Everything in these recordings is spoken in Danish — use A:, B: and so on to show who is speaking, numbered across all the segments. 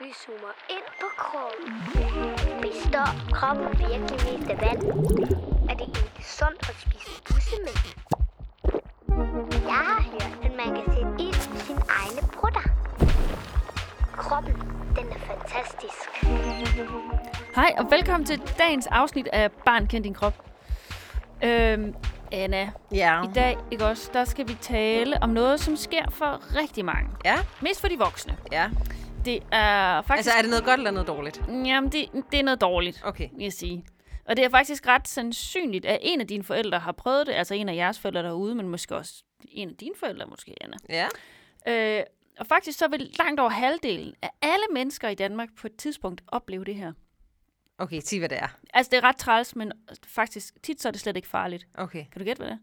A: Vi zoomer ind på kroppen. Består kroppen virkelig mest af vand? Er det egentlig sundt at spise bussemænd? Jeg har hørt, at man kan sætte ild i sine egne brutter. Kroppen, den er fantastisk.
B: Hej og velkommen til dagens afsnit af Barn kend din krop. Øhm, Anna,
C: Ja.
B: i dag ikke også, der skal vi tale om noget, som sker for rigtig mange.
C: Ja,
B: Mest for de voksne.
C: ja.
B: Det er faktisk...
C: Altså, er det noget godt eller noget dårligt?
B: Jamen, det, det er noget dårligt,
C: Okay.
B: vil jeg sige. Og det er faktisk ret sandsynligt, at en af dine forældre har prøvet det. Altså en af jeres forældre derude, men måske også en af dine forældre, måske Anna.
C: Ja.
B: Øh, og faktisk så vil langt over halvdelen af alle mennesker i Danmark på et tidspunkt opleve det her.
C: Okay, sig hvad det er.
B: Altså, det er ret træls, men faktisk tit så er det slet ikke farligt.
C: Okay.
B: Kan du gætte, hvad det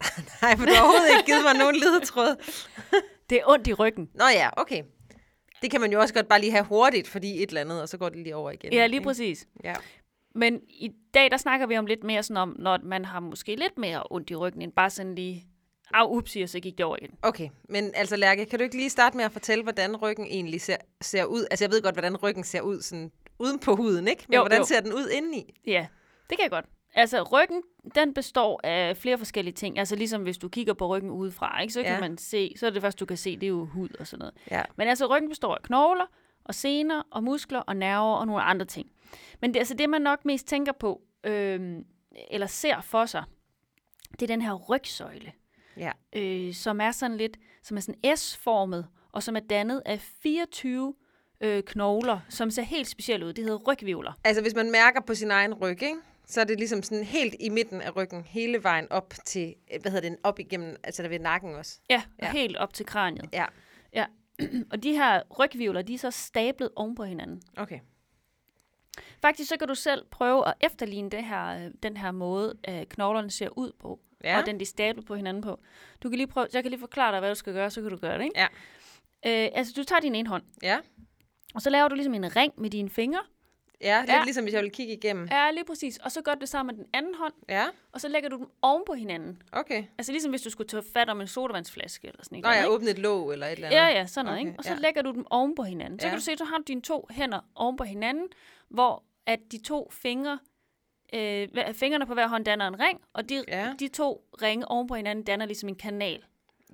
B: er?
C: Nej, for du har overhovedet ikke givet mig nogen ledetråd.
B: Det er ondt i ryggen.
C: Nå ja, okay. Det kan man jo også godt bare lige have hurtigt, fordi et eller andet, og så går det lige over igen.
B: Ja, lige
C: ikke?
B: præcis.
C: Ja.
B: Men i dag, der snakker vi om lidt mere sådan om, når man har måske lidt mere ondt i ryggen, end bare sådan lige, af upsi, og så gik det over igen.
C: Okay, men altså Lærke, kan du ikke lige starte med at fortælle, hvordan ryggen egentlig ser, ser ud? Altså, jeg ved godt, hvordan ryggen ser ud sådan uden på huden, ikke? Men
B: Jo,
C: hvordan
B: jo.
C: ser den ud indeni?
B: Ja, det kan jeg godt. Altså, ryggen, den består af flere forskellige ting. Altså, ligesom hvis du kigger på ryggen udefra, ikke, så kan
C: Ja.
B: man se, så er det første, du kan se, det er jo hud og sådan noget.
C: Ja.
B: Men altså, ryggen består af knogler og sener og muskler og nerver og nogle andre ting. Men det, altså, det man nok mest tænker på, øhm, eller ser for sig, det er den her rygsøjle,
C: Ja.
B: øh, som er sådan lidt, som er sådan S-formet, og som er dannet af 24 øh, knogler, som ser helt specielt ud. Det hedder rygvivler.
C: Altså, hvis man mærker på sin egen ryg, ikke? så er det ligesom sådan helt i midten af ryggen, hele vejen op til, øh, hvad hedder det, op igennem, altså der ved nakken også.
B: Ja, og
C: Ja.
B: helt op til kraniet.
C: Ja,
B: Ja. og de her rygvivler, de er så stablet oven på hinanden.
C: okay.
B: Faktisk så kan du selv prøve at efterligne det her, øh, den her måde, øh, knoglerne ser ud på.
C: Ja.
B: Og den de er stablet på hinanden på. Du kan lige prøve, jeg kan lige forklare dig, hvad du skal gøre, så kan du gøre det. Ikke?
C: Ja.
B: Øh, altså, du tager din ene hånd,
C: Ja,
B: og så laver du ligesom en ring med dine fingre.
C: ja lidt
B: Ja.
C: ja. ligesom hvis jeg ville kigge igennem.
B: Ja, lige præcis. Og så gør du det sammen med den anden hånd,
C: Ja,
B: og så lægger du dem oven på hinanden.
C: okay.
B: Altså ligesom hvis du skulle tage fat om en sodavandsflaske eller sådan
C: Nå,
B: noget.
C: jeg åbnet et låg eller et eller andet.
B: Ja, ja, sådan noget.
C: Okay,
B: ikke? Og så
C: ja.
B: lægger du dem oven på hinanden. Så
C: Ja.
B: kan du se, at du har dine to hænder oven på hinanden, hvor at de to fingre, øh, hver- fingrene på hver hånd danner en ring, og de, ja.
C: Ja.
B: de to ringe oven på hinanden danner ligesom en kanal.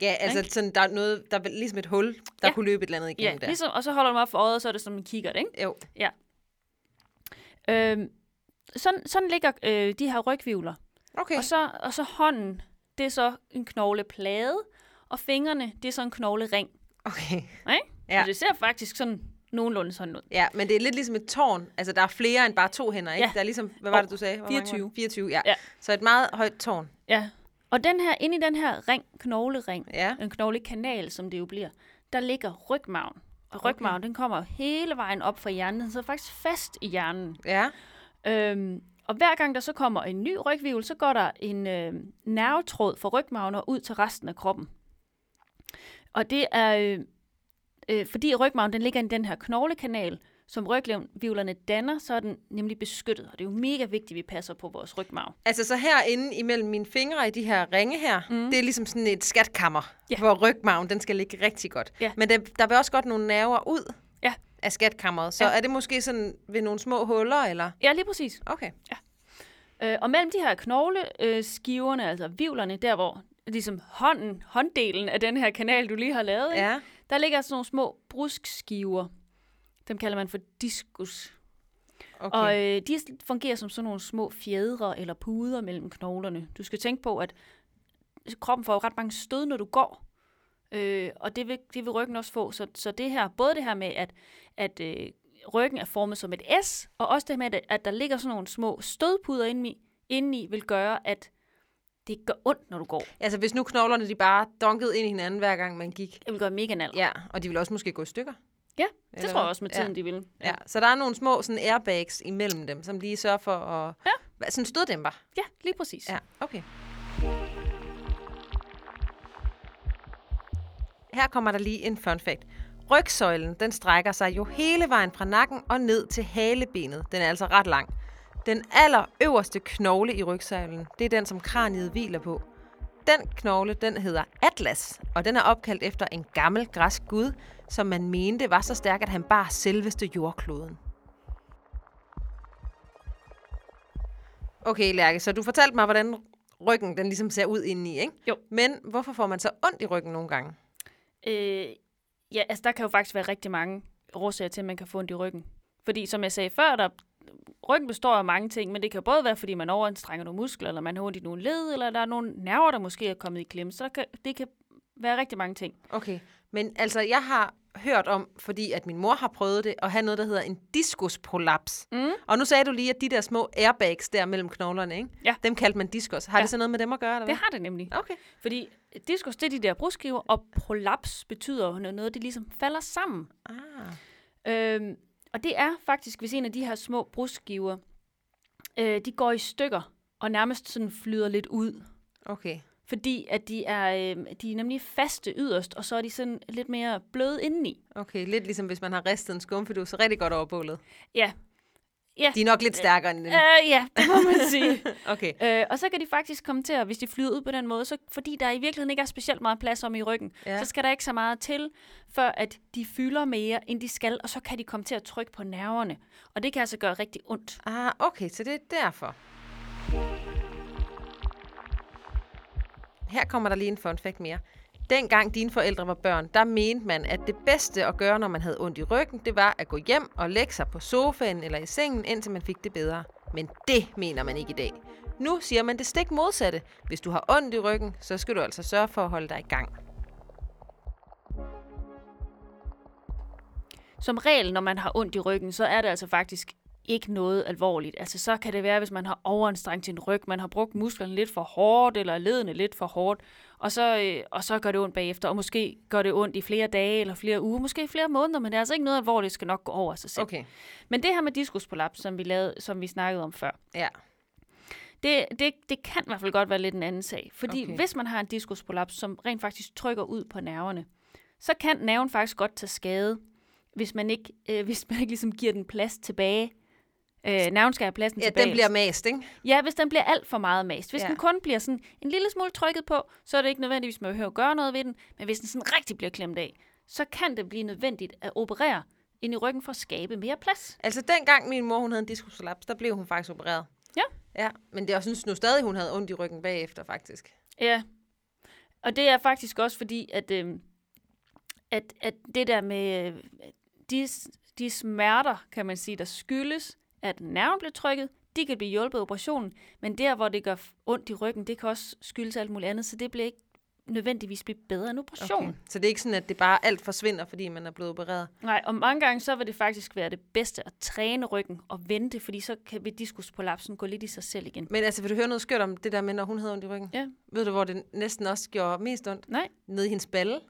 C: Ja, altså sådan, der er noget, der er ligesom et hul, der
B: Ja.
C: ja. kunne løbe et eller andet
B: Ja,
C: igennem der.
B: ligesom, og så holder du dem op for øjet, og så er det som en kikkert, ikke?
C: Jo,
B: Øhm, sådan, sådan ligger øh, de her rygvivler.
C: okay.
B: Og, så, og så hånden, det er så en knogleplade, og fingrene, det er så en knoglering.
C: okay.
B: Ikke?
C: Ja.
B: Så det ser faktisk sådan nogenlunde sådan ud.
C: Ja, men det er lidt ligesom et tårn. Altså, der er flere end bare to hænder, ikke?
B: Ja.
C: Der er ligesom, hvad var det, du sagde? Hvor mange var det?
B: 24.
C: 24, ja.
B: Ja.
C: ja. Så et meget højt tårn.
B: Ja. Og den her, inde i den her ring, knoglering,
C: Ja,
B: en knoglekanal, som det jo bliver, der ligger rygmagen. Og rygmagen, okay. den kommer hele vejen op fra hjernen. Den sidder faktisk fast i hjernen.
C: ja.
B: Øhm, og hver gang der så kommer en ny rygvivel, så går der en øh, nervetråd fra rygmagen og ud til resten af kroppen. Og det er, øh, øh, fordi rygmagen den ligger i den her knoglekanal, som rygvivlerne danner, så er den nemlig beskyttet. Og det er jo mega vigtigt, at vi passer på vores rygmave.
C: Altså så herinde imellem mine fingre i de her ringe her, mm. det er ligesom sådan et skatkammer,
B: Ja.
C: ja. hvor rygmagen den skal ligge rigtig godt.
B: Ja.
C: Men der, der vil også godt nogle nerver ud
B: Ja.
C: af skatkammeret, så
B: Ja.
C: ja. er det måske sådan ved nogle små huller, eller?
B: Ja, lige præcis.
C: Okay.
B: Øh, og mellem de her knogleskiverne, øh, skiverne, altså vivlerne, der hvor ligesom hånden, hånddelen af den her kanal, du lige har lavet, ikke?
C: Ja,
B: der ligger sådan nogle små bruskskiver. Dem kalder man for diskus.
C: okay.
B: Okay. Og øh, de fungerer som sådan nogle små fjedre eller puder mellem knoglerne. Du skal tænke på, at kroppen får jo ret mange stød, når du går. Øh, og det vil, det vil ryggen også få. Så, så det her, både det her med, at, at øh, ryggen er formet som et S, og også det med, at, at der ligger sådan nogle små stødpuder indeni, indeni vil gøre, at det ikke gør ondt, når du går.
C: Altså hvis nu knoglerne de bare dunkede ind i hinanden hver gang man gik.
B: Det vil gøre mega nal. Ja,
C: Ja, og de vil også måske gå i stykker.
B: ja det
C: Eller
B: tror jeg
C: hvad?
B: også med
C: Ja.
B: tiden, ja. de vil.
C: Ja, så der er nogle små sådan airbags imellem dem, som lige sørger for at...
B: Ja.
C: Hva- Sådan støddæmper.
B: ja, lige præcis.
C: Ja, okay. Her kommer der lige en fun fact. Rygsøjlen, den strækker sig jo hele vejen fra nakken og ned til halebenet. Den er altså ret lang. Den allerøverste knogle i rygsøjlen, det er den, som kraniet hviler på. Den knogle, den hedder Atlas, og den er opkaldt efter en gammel græsk gud, som man mente var så stærk, at han bar selveste jordkloden. Okay, Lærke, så du fortalte mig, hvordan ryggen den ligesom ser ud indeni, ikke?
B: Jo.
C: Men hvorfor får man så ondt i ryggen nogle gange?
B: Øh, ja, altså der kan jo faktisk være rigtig mange årsager til, at man kan få ondt i ryggen. Fordi som jeg sagde før, der, ryggen består af mange ting, men det kan både være, fordi man overanstrænger nogle muskler, eller man har ondt i nogle led, eller der er nogle nerver, der måske er kommet i klemme. Så der kan, det kan være rigtig mange ting.
C: Okay, men altså, jeg har hørt om, fordi at min mor har prøvet det, at have noget, der hedder en diskusprolaps.
B: Mm.
C: Og nu sagde du lige, at de der små airbags der mellem knoglerne, ikke?
B: Ja.
C: Dem kaldte man diskus. Har ja.
B: Ja.
C: det så noget med dem at gøre, eller
B: Det har det nemlig.
C: hvad? Okay.
B: Fordi diskus, det er de der brudskiver, og prolaps betyder jo noget, noget, det ligesom falder sammen.
C: Ah.
B: Øhm, og det er faktisk, hvis en af de her små brudskiver, øh, de går i stykker, og nærmest sådan flyder lidt ud.
C: Okay.
B: Fordi at de er, øh, de er nemlig faste yderst, og så er de sådan lidt mere bløde indeni.
C: Okay, lidt ligesom hvis man har ristet en skumfidus rigtig godt over bålet.
B: Ja, ja,
C: De er nok lidt stærkere end den.
B: øh, ja det må man sige.
C: Okay.
B: øh, og så kan de faktisk komme til, at hvis de flyder ud på den måde, så fordi der i virkeligheden ikke er specielt meget plads om i ryggen,
C: Ja.
B: ja. så skal der ikke så meget til, før at de fylder mere, end de skal, og så kan de komme til at trykke på nerverne. Og det kan altså gøre rigtig ondt.
C: Ah, okay, så det er derfor. Her kommer der lige en fun fact mere. Dengang dine forældre var børn, der mente man, at det bedste at gøre, når man havde ondt i ryggen, det var at gå hjem og lægge sig på sofaen eller i sengen, indtil man fik det bedre. Men det mener man ikke i dag. Nu siger man det stik modsatte. Hvis du har ondt i ryggen, så skal du altså sørge for at holde dig i gang.
B: Som regel, når man har ondt i ryggen, så er det altså faktisk ikke noget alvorligt. Altså så kan det være, hvis man har overanstrengt sin ryg, man har brugt musklerne lidt for hårdt, eller ledene lidt for hårdt, og så, øh, og så gør det ondt bagefter, og måske gør det ondt i flere dage, eller flere uger, måske i flere måneder, men det er altså ikke noget alvorligt, det skal nok gå over af sig selv.
C: Okay.
B: Men det her med diskusprolaps, som vi, lavede, som vi snakkede om før,
C: Ja.
B: det, det, det kan i hvert fald godt være lidt en anden sag. Fordi
C: Okay.
B: okay. hvis man har en diskusprolaps, som rent faktisk trykker ud på nerverne, så kan nerven faktisk godt tage skade, hvis man ikke, øh, hvis man ikke ligesom giver den plads tilbage. Øh, nerven skal have pladsen
C: ja,
B: tilbage.
C: den bliver mast, ikke?
B: Ja, hvis den bliver alt for meget mast. Hvis
C: Ja.
B: ja. den kun bliver sådan en lille smule trykket på, så er det ikke nødvendigvis, man behøver at gøre noget ved den. Men hvis den sådan rigtig bliver klemt af, så kan det blive nødvendigt at operere ind i ryggen for at skabe mere plads.
C: Altså, dengang min mor hun havde en diskusprolaps, der blev hun faktisk opereret.
B: Ja.
C: Ja, men det, jeg synes nu stadig, hun havde ondt i ryggen bagefter, faktisk.
B: Ja, og det er faktisk også fordi, at, øh, at, at det der med øh, de, de smerter, kan man sige, der skyldes, at nerven bliver trykket, de kan blive hjulpet af operationen, men der, hvor det gør f- ondt i ryggen, det kan også skyldes alt muligt andet, så det bliver ikke nødvendigvis blive bedre end operation. Okay.
C: Mm. Så det er ikke sådan, at det bare alt forsvinder, fordi man er blevet opereret.
B: Nej, og mange gange så vil det faktisk være det bedste at træne ryggen og vente, fordi så kan vi diskusprolapsen gå lidt i sig selv igen.
C: Men altså, vil du høre noget skørt om det der med, når hun havde ondt i ryggen?
B: Ja.
C: Ved du, hvor det næsten også gjorde mest ondt?
B: Nej.
C: Nede i hendes balle.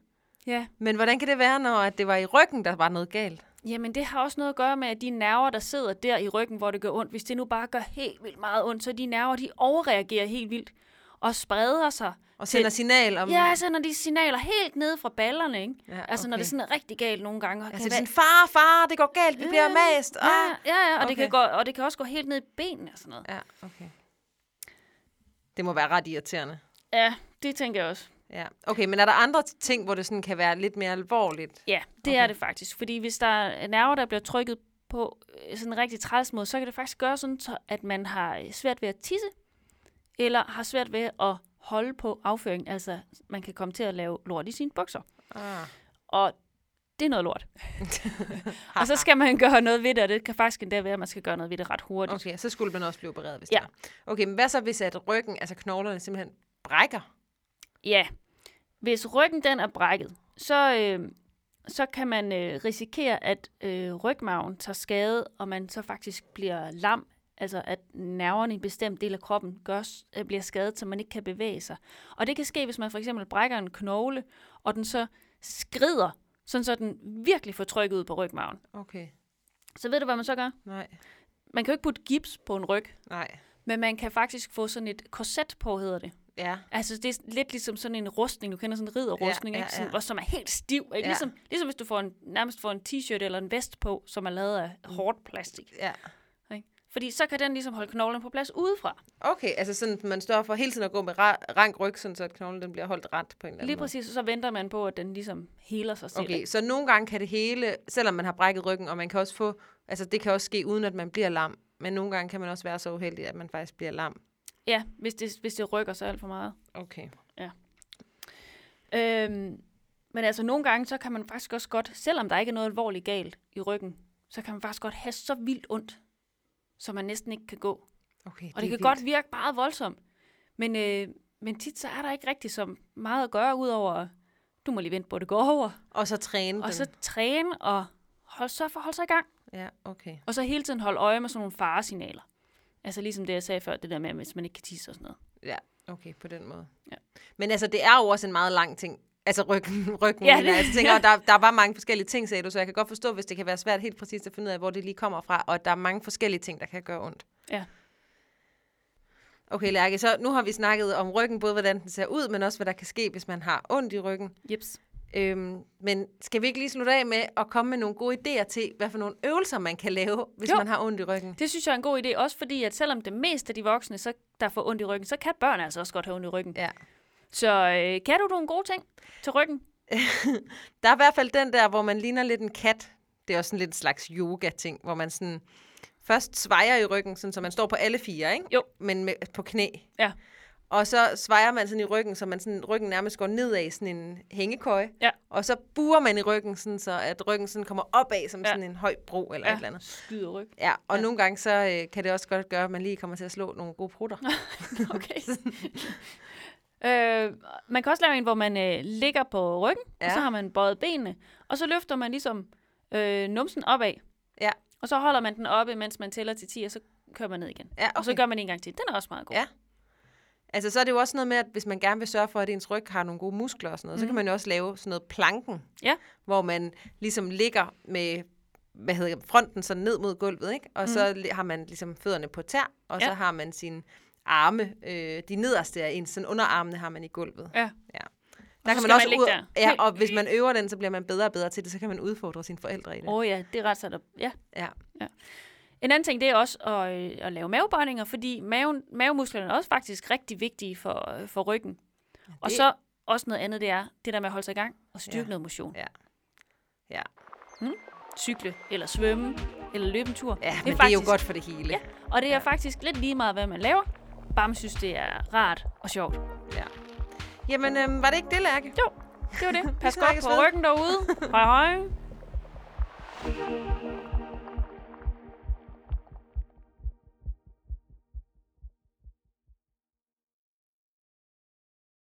B: Ja.
C: Men hvordan kan det være, når at det var i ryggen, der var noget galt?
B: Jamen, det har også noget at gøre med, at de nerver, der sidder der i ryggen, hvor det gør ondt, hvis det nu bare gør helt vildt meget ondt, så de nerver, de overreagerer helt vildt og spreder sig.
C: Og sender
B: Det-
C: signal om...
B: Ja, så når de signaler helt ned fra ballerne, ikke?
C: Ja,
B: Altså, når
C: okay.
B: det sådan er rigtig galt nogle gange. og kan
C: Altså, det er
B: være- Øh,
C: sådan, far, far, det går galt, vi bliver mast.
B: Ja,
C: Ah.
B: ja, ja og, okay.
C: Okay.
B: det kan gå, og det kan også gå helt ned i benene og sådan noget.
C: Ja, okay. Det må være ret irriterende.
B: Ja, det tænker jeg også.
C: Ja. Okay, men er der andre ting, hvor det sådan kan være lidt mere alvorligt?
B: Ja, det okay. er det faktisk. Fordi hvis der er nerver, der bliver trykket på øh, sådan en rigtig træls måde, så kan det faktisk gøre sådan, så at man har øh, svært ved at tisse, eller har svært ved at holde på afføringen. Altså, man kan komme til at lave lort i sine bukser.
C: Ah.
B: Og det er noget lort. og så skal man gøre noget ved det, og det kan faktisk endda være, at man skal gøre noget ved det ret hurtigt.
C: Okay, så skulle man også blive opereret, hvis
B: Ja.
C: det var. Okay, men hvad så, hvis at ryggen, altså knoglerne, simpelthen brækker?
B: Ja, hvis ryggen den er brækket, så, øh, så kan man øh, risikere, at øh, rygmagen tager skade, og man så faktisk bliver lam. Altså at nerverne i en bestemt del af kroppen gør, s- øh, bliver skadet, så man ikke kan bevæge sig. Og det kan ske, hvis man for eksempel brækker en knogle, og den så skrider, sådan så den virkelig får tryk ud på rygmagen.
C: Okay,
B: Så ved du, hvad man så gør?
C: nej,
B: Man kan jo ikke putte gips på en ryg,
C: nej,
B: men man kan faktisk få sådan et korset på, hedder det.
C: ja.
B: Altså, det er lidt ligesom sådan en rustning. Du kender sådan en ridderrustning,
C: Ja,
B: ja, ja, ja.
C: ja,
B: ikke? Sådan,
C: ja.
B: hvor- som er helt stiv. Ikke?
C: Ja.
B: Ja. Ligesom, ligesom
C: Mm.
B: hvis du får en, nærmest får en t-shirt eller en vest på, som er lavet af hårdt plastik.
C: Ja,
B: Ikke? Fordi så kan den ligesom holde knoglen på plads udefra.
C: Okay, altså sådan, at man står for hele tiden at gå med ra- rank ryg, sådan, så at knoglen den bliver holdt ret på en eller anden
B: Lige præcis, og så venter man på, at den ligesom heler sig selv.
C: måde. Okay, så nogle gange kan det hele, selvom man har brækket ryggen, og man kan også få, altså det kan også ske uden at man bliver lam, men nogle gange kan man også være så uheldig, at man faktisk bliver lam.
B: Ja, hvis det, hvis det rykker sig alt for meget.
C: Okay.
B: Øhm, men altså nogle gange, så kan man faktisk også godt, selvom der ikke er noget alvorligt galt i ryggen, så kan man faktisk godt have så vildt ondt, så man næsten ikke kan gå.
C: Okay,
B: Og det, kan godt virke meget voldsomt. Men, øh, men tit så er der ikke rigtig så meget at gøre, udover, du må lige vente på, at det går over.
C: Og så træne
B: Og
C: den.
B: så træne og hold, så for holde sig i gang.
C: Ja, okay.
B: Og så hele tiden holde øje med sådan nogle faresignaler. Altså ligesom det, jeg sagde før, det der med, hvis man ikke kan tisse og sådan noget.
C: Ja, okay, på den måde.
B: Ja.
C: Men altså, det er jo også en meget lang ting. Altså ryggen, ryggen
B: Ja,
C: ja, det,
B: det-
C: jeg altså, tænker, og der, der var mange forskellige ting, sagde du, så jeg kan godt forstå, hvis det kan være svært helt præcist at finde ud af, hvor det lige kommer fra, og at der er mange forskellige ting, der kan gøre ondt.
B: Ja.
C: Okay, Lærke, så nu har vi snakket om ryggen, både hvordan den ser ud, men også hvad der kan ske, hvis man har ondt i ryggen.
B: Jeps.
C: Øhm, men skal vi ikke lige slutte af med at komme med nogle gode idéer til, hvad for nogle øvelser man kan lave, hvis
B: Jo.
C: jo. man har ondt i ryggen?
B: Det synes jeg er en god idé, også fordi, at selvom det meste af de voksne, så, der får ondt i ryggen, så kan børn altså også godt have ondt i ryggen.
C: Ja.
B: Så øh, kan du nogle gode ting til ryggen?
C: Der er i hvert fald den der, hvor man ligner lidt en kat. Det er også sådan lidt en slags yoga-ting, hvor man sådan først svejer i ryggen, sådan, så man står på alle fire, ikke?
B: Jo.
C: Men med, på knæ.
B: Ja.
C: Og så svejer man sådan i ryggen, så man sådan, ryggen nærmest går nedad i sådan en hængekøje.
B: Ja.
C: Og så buer man i ryggen, sådan, så at ryggen sådan kommer opad som
B: Ja.
C: ja. sådan en høj bro eller ja. et eller andet.
B: Skyder ryg.
C: Ja, og
B: Ja.
C: ja. nogle gange så øh, kan det også godt gøre, at man lige kommer til at slå nogle gode prutter.
B: Okay. øh, man kan også lave en, hvor man øh, ligger på ryggen, ja. og
C: Ja.
B: så har man bøjet benene, og så løfter man ligesom øh, numsen opad.
C: Ja.
B: Og så holder man den oppe, mens man tæller til 10, og så kører man ned igen.
C: Ja,
B: Og så
C: okay.
B: gør man det en gang til. Den er også meget god.
C: Ja. Altså så er det jo også noget med, at hvis man gerne vil sørge for, at ens ryg har nogle gode muskler og sådan noget, mm. så kan man jo også lave sådan noget planken,
B: Ja.
C: hvor man ligesom ligger med hvad hedder det, fronten sådan ned mod gulvet, ikke? og mm. så li- har man ligesom fødderne på tær, og ja.
B: Ja.
C: så har man sine arme, øh, de nederste af ens, sådan underarmene har man i gulvet.
B: ja. så
C: Der kan
B: skal
C: man
B: man
C: også
B: ligge
C: ud,
B: der.
C: Ja,
B: Helt-
C: og hvis man øver den, så bliver man bedre og bedre til det, så kan man udfordre sine forældre i det.
B: Åh oh, ja, det er ret sat op. Ja.
C: Ja.
B: En anden ting, det er også at, øh, at lave mavebøjninger, fordi maven, mavemusklerne er også faktisk rigtig vigtige for, øh, for ryggen. Ja, Og
C: det-
B: så også noget andet, det er det der med at holde sig i gang og styrke ja.
C: Ja.
B: noget motion.
C: Ja. Ja.
B: Hmm? Cykle, eller svømme, eller løbe en tur.
C: Ja, men det er, det er jo godt for det hele.
B: Ja, og det er ja. faktisk lidt lige meget, hvad man laver. Bare man synes, det er rart og sjovt.
C: ja. Jamen, øhm, var det ikke det, Lærke?
B: Jo, det var det. Pas godt
C: snakkes
B: på
C: ved.
B: ryggen derude. Hej hej.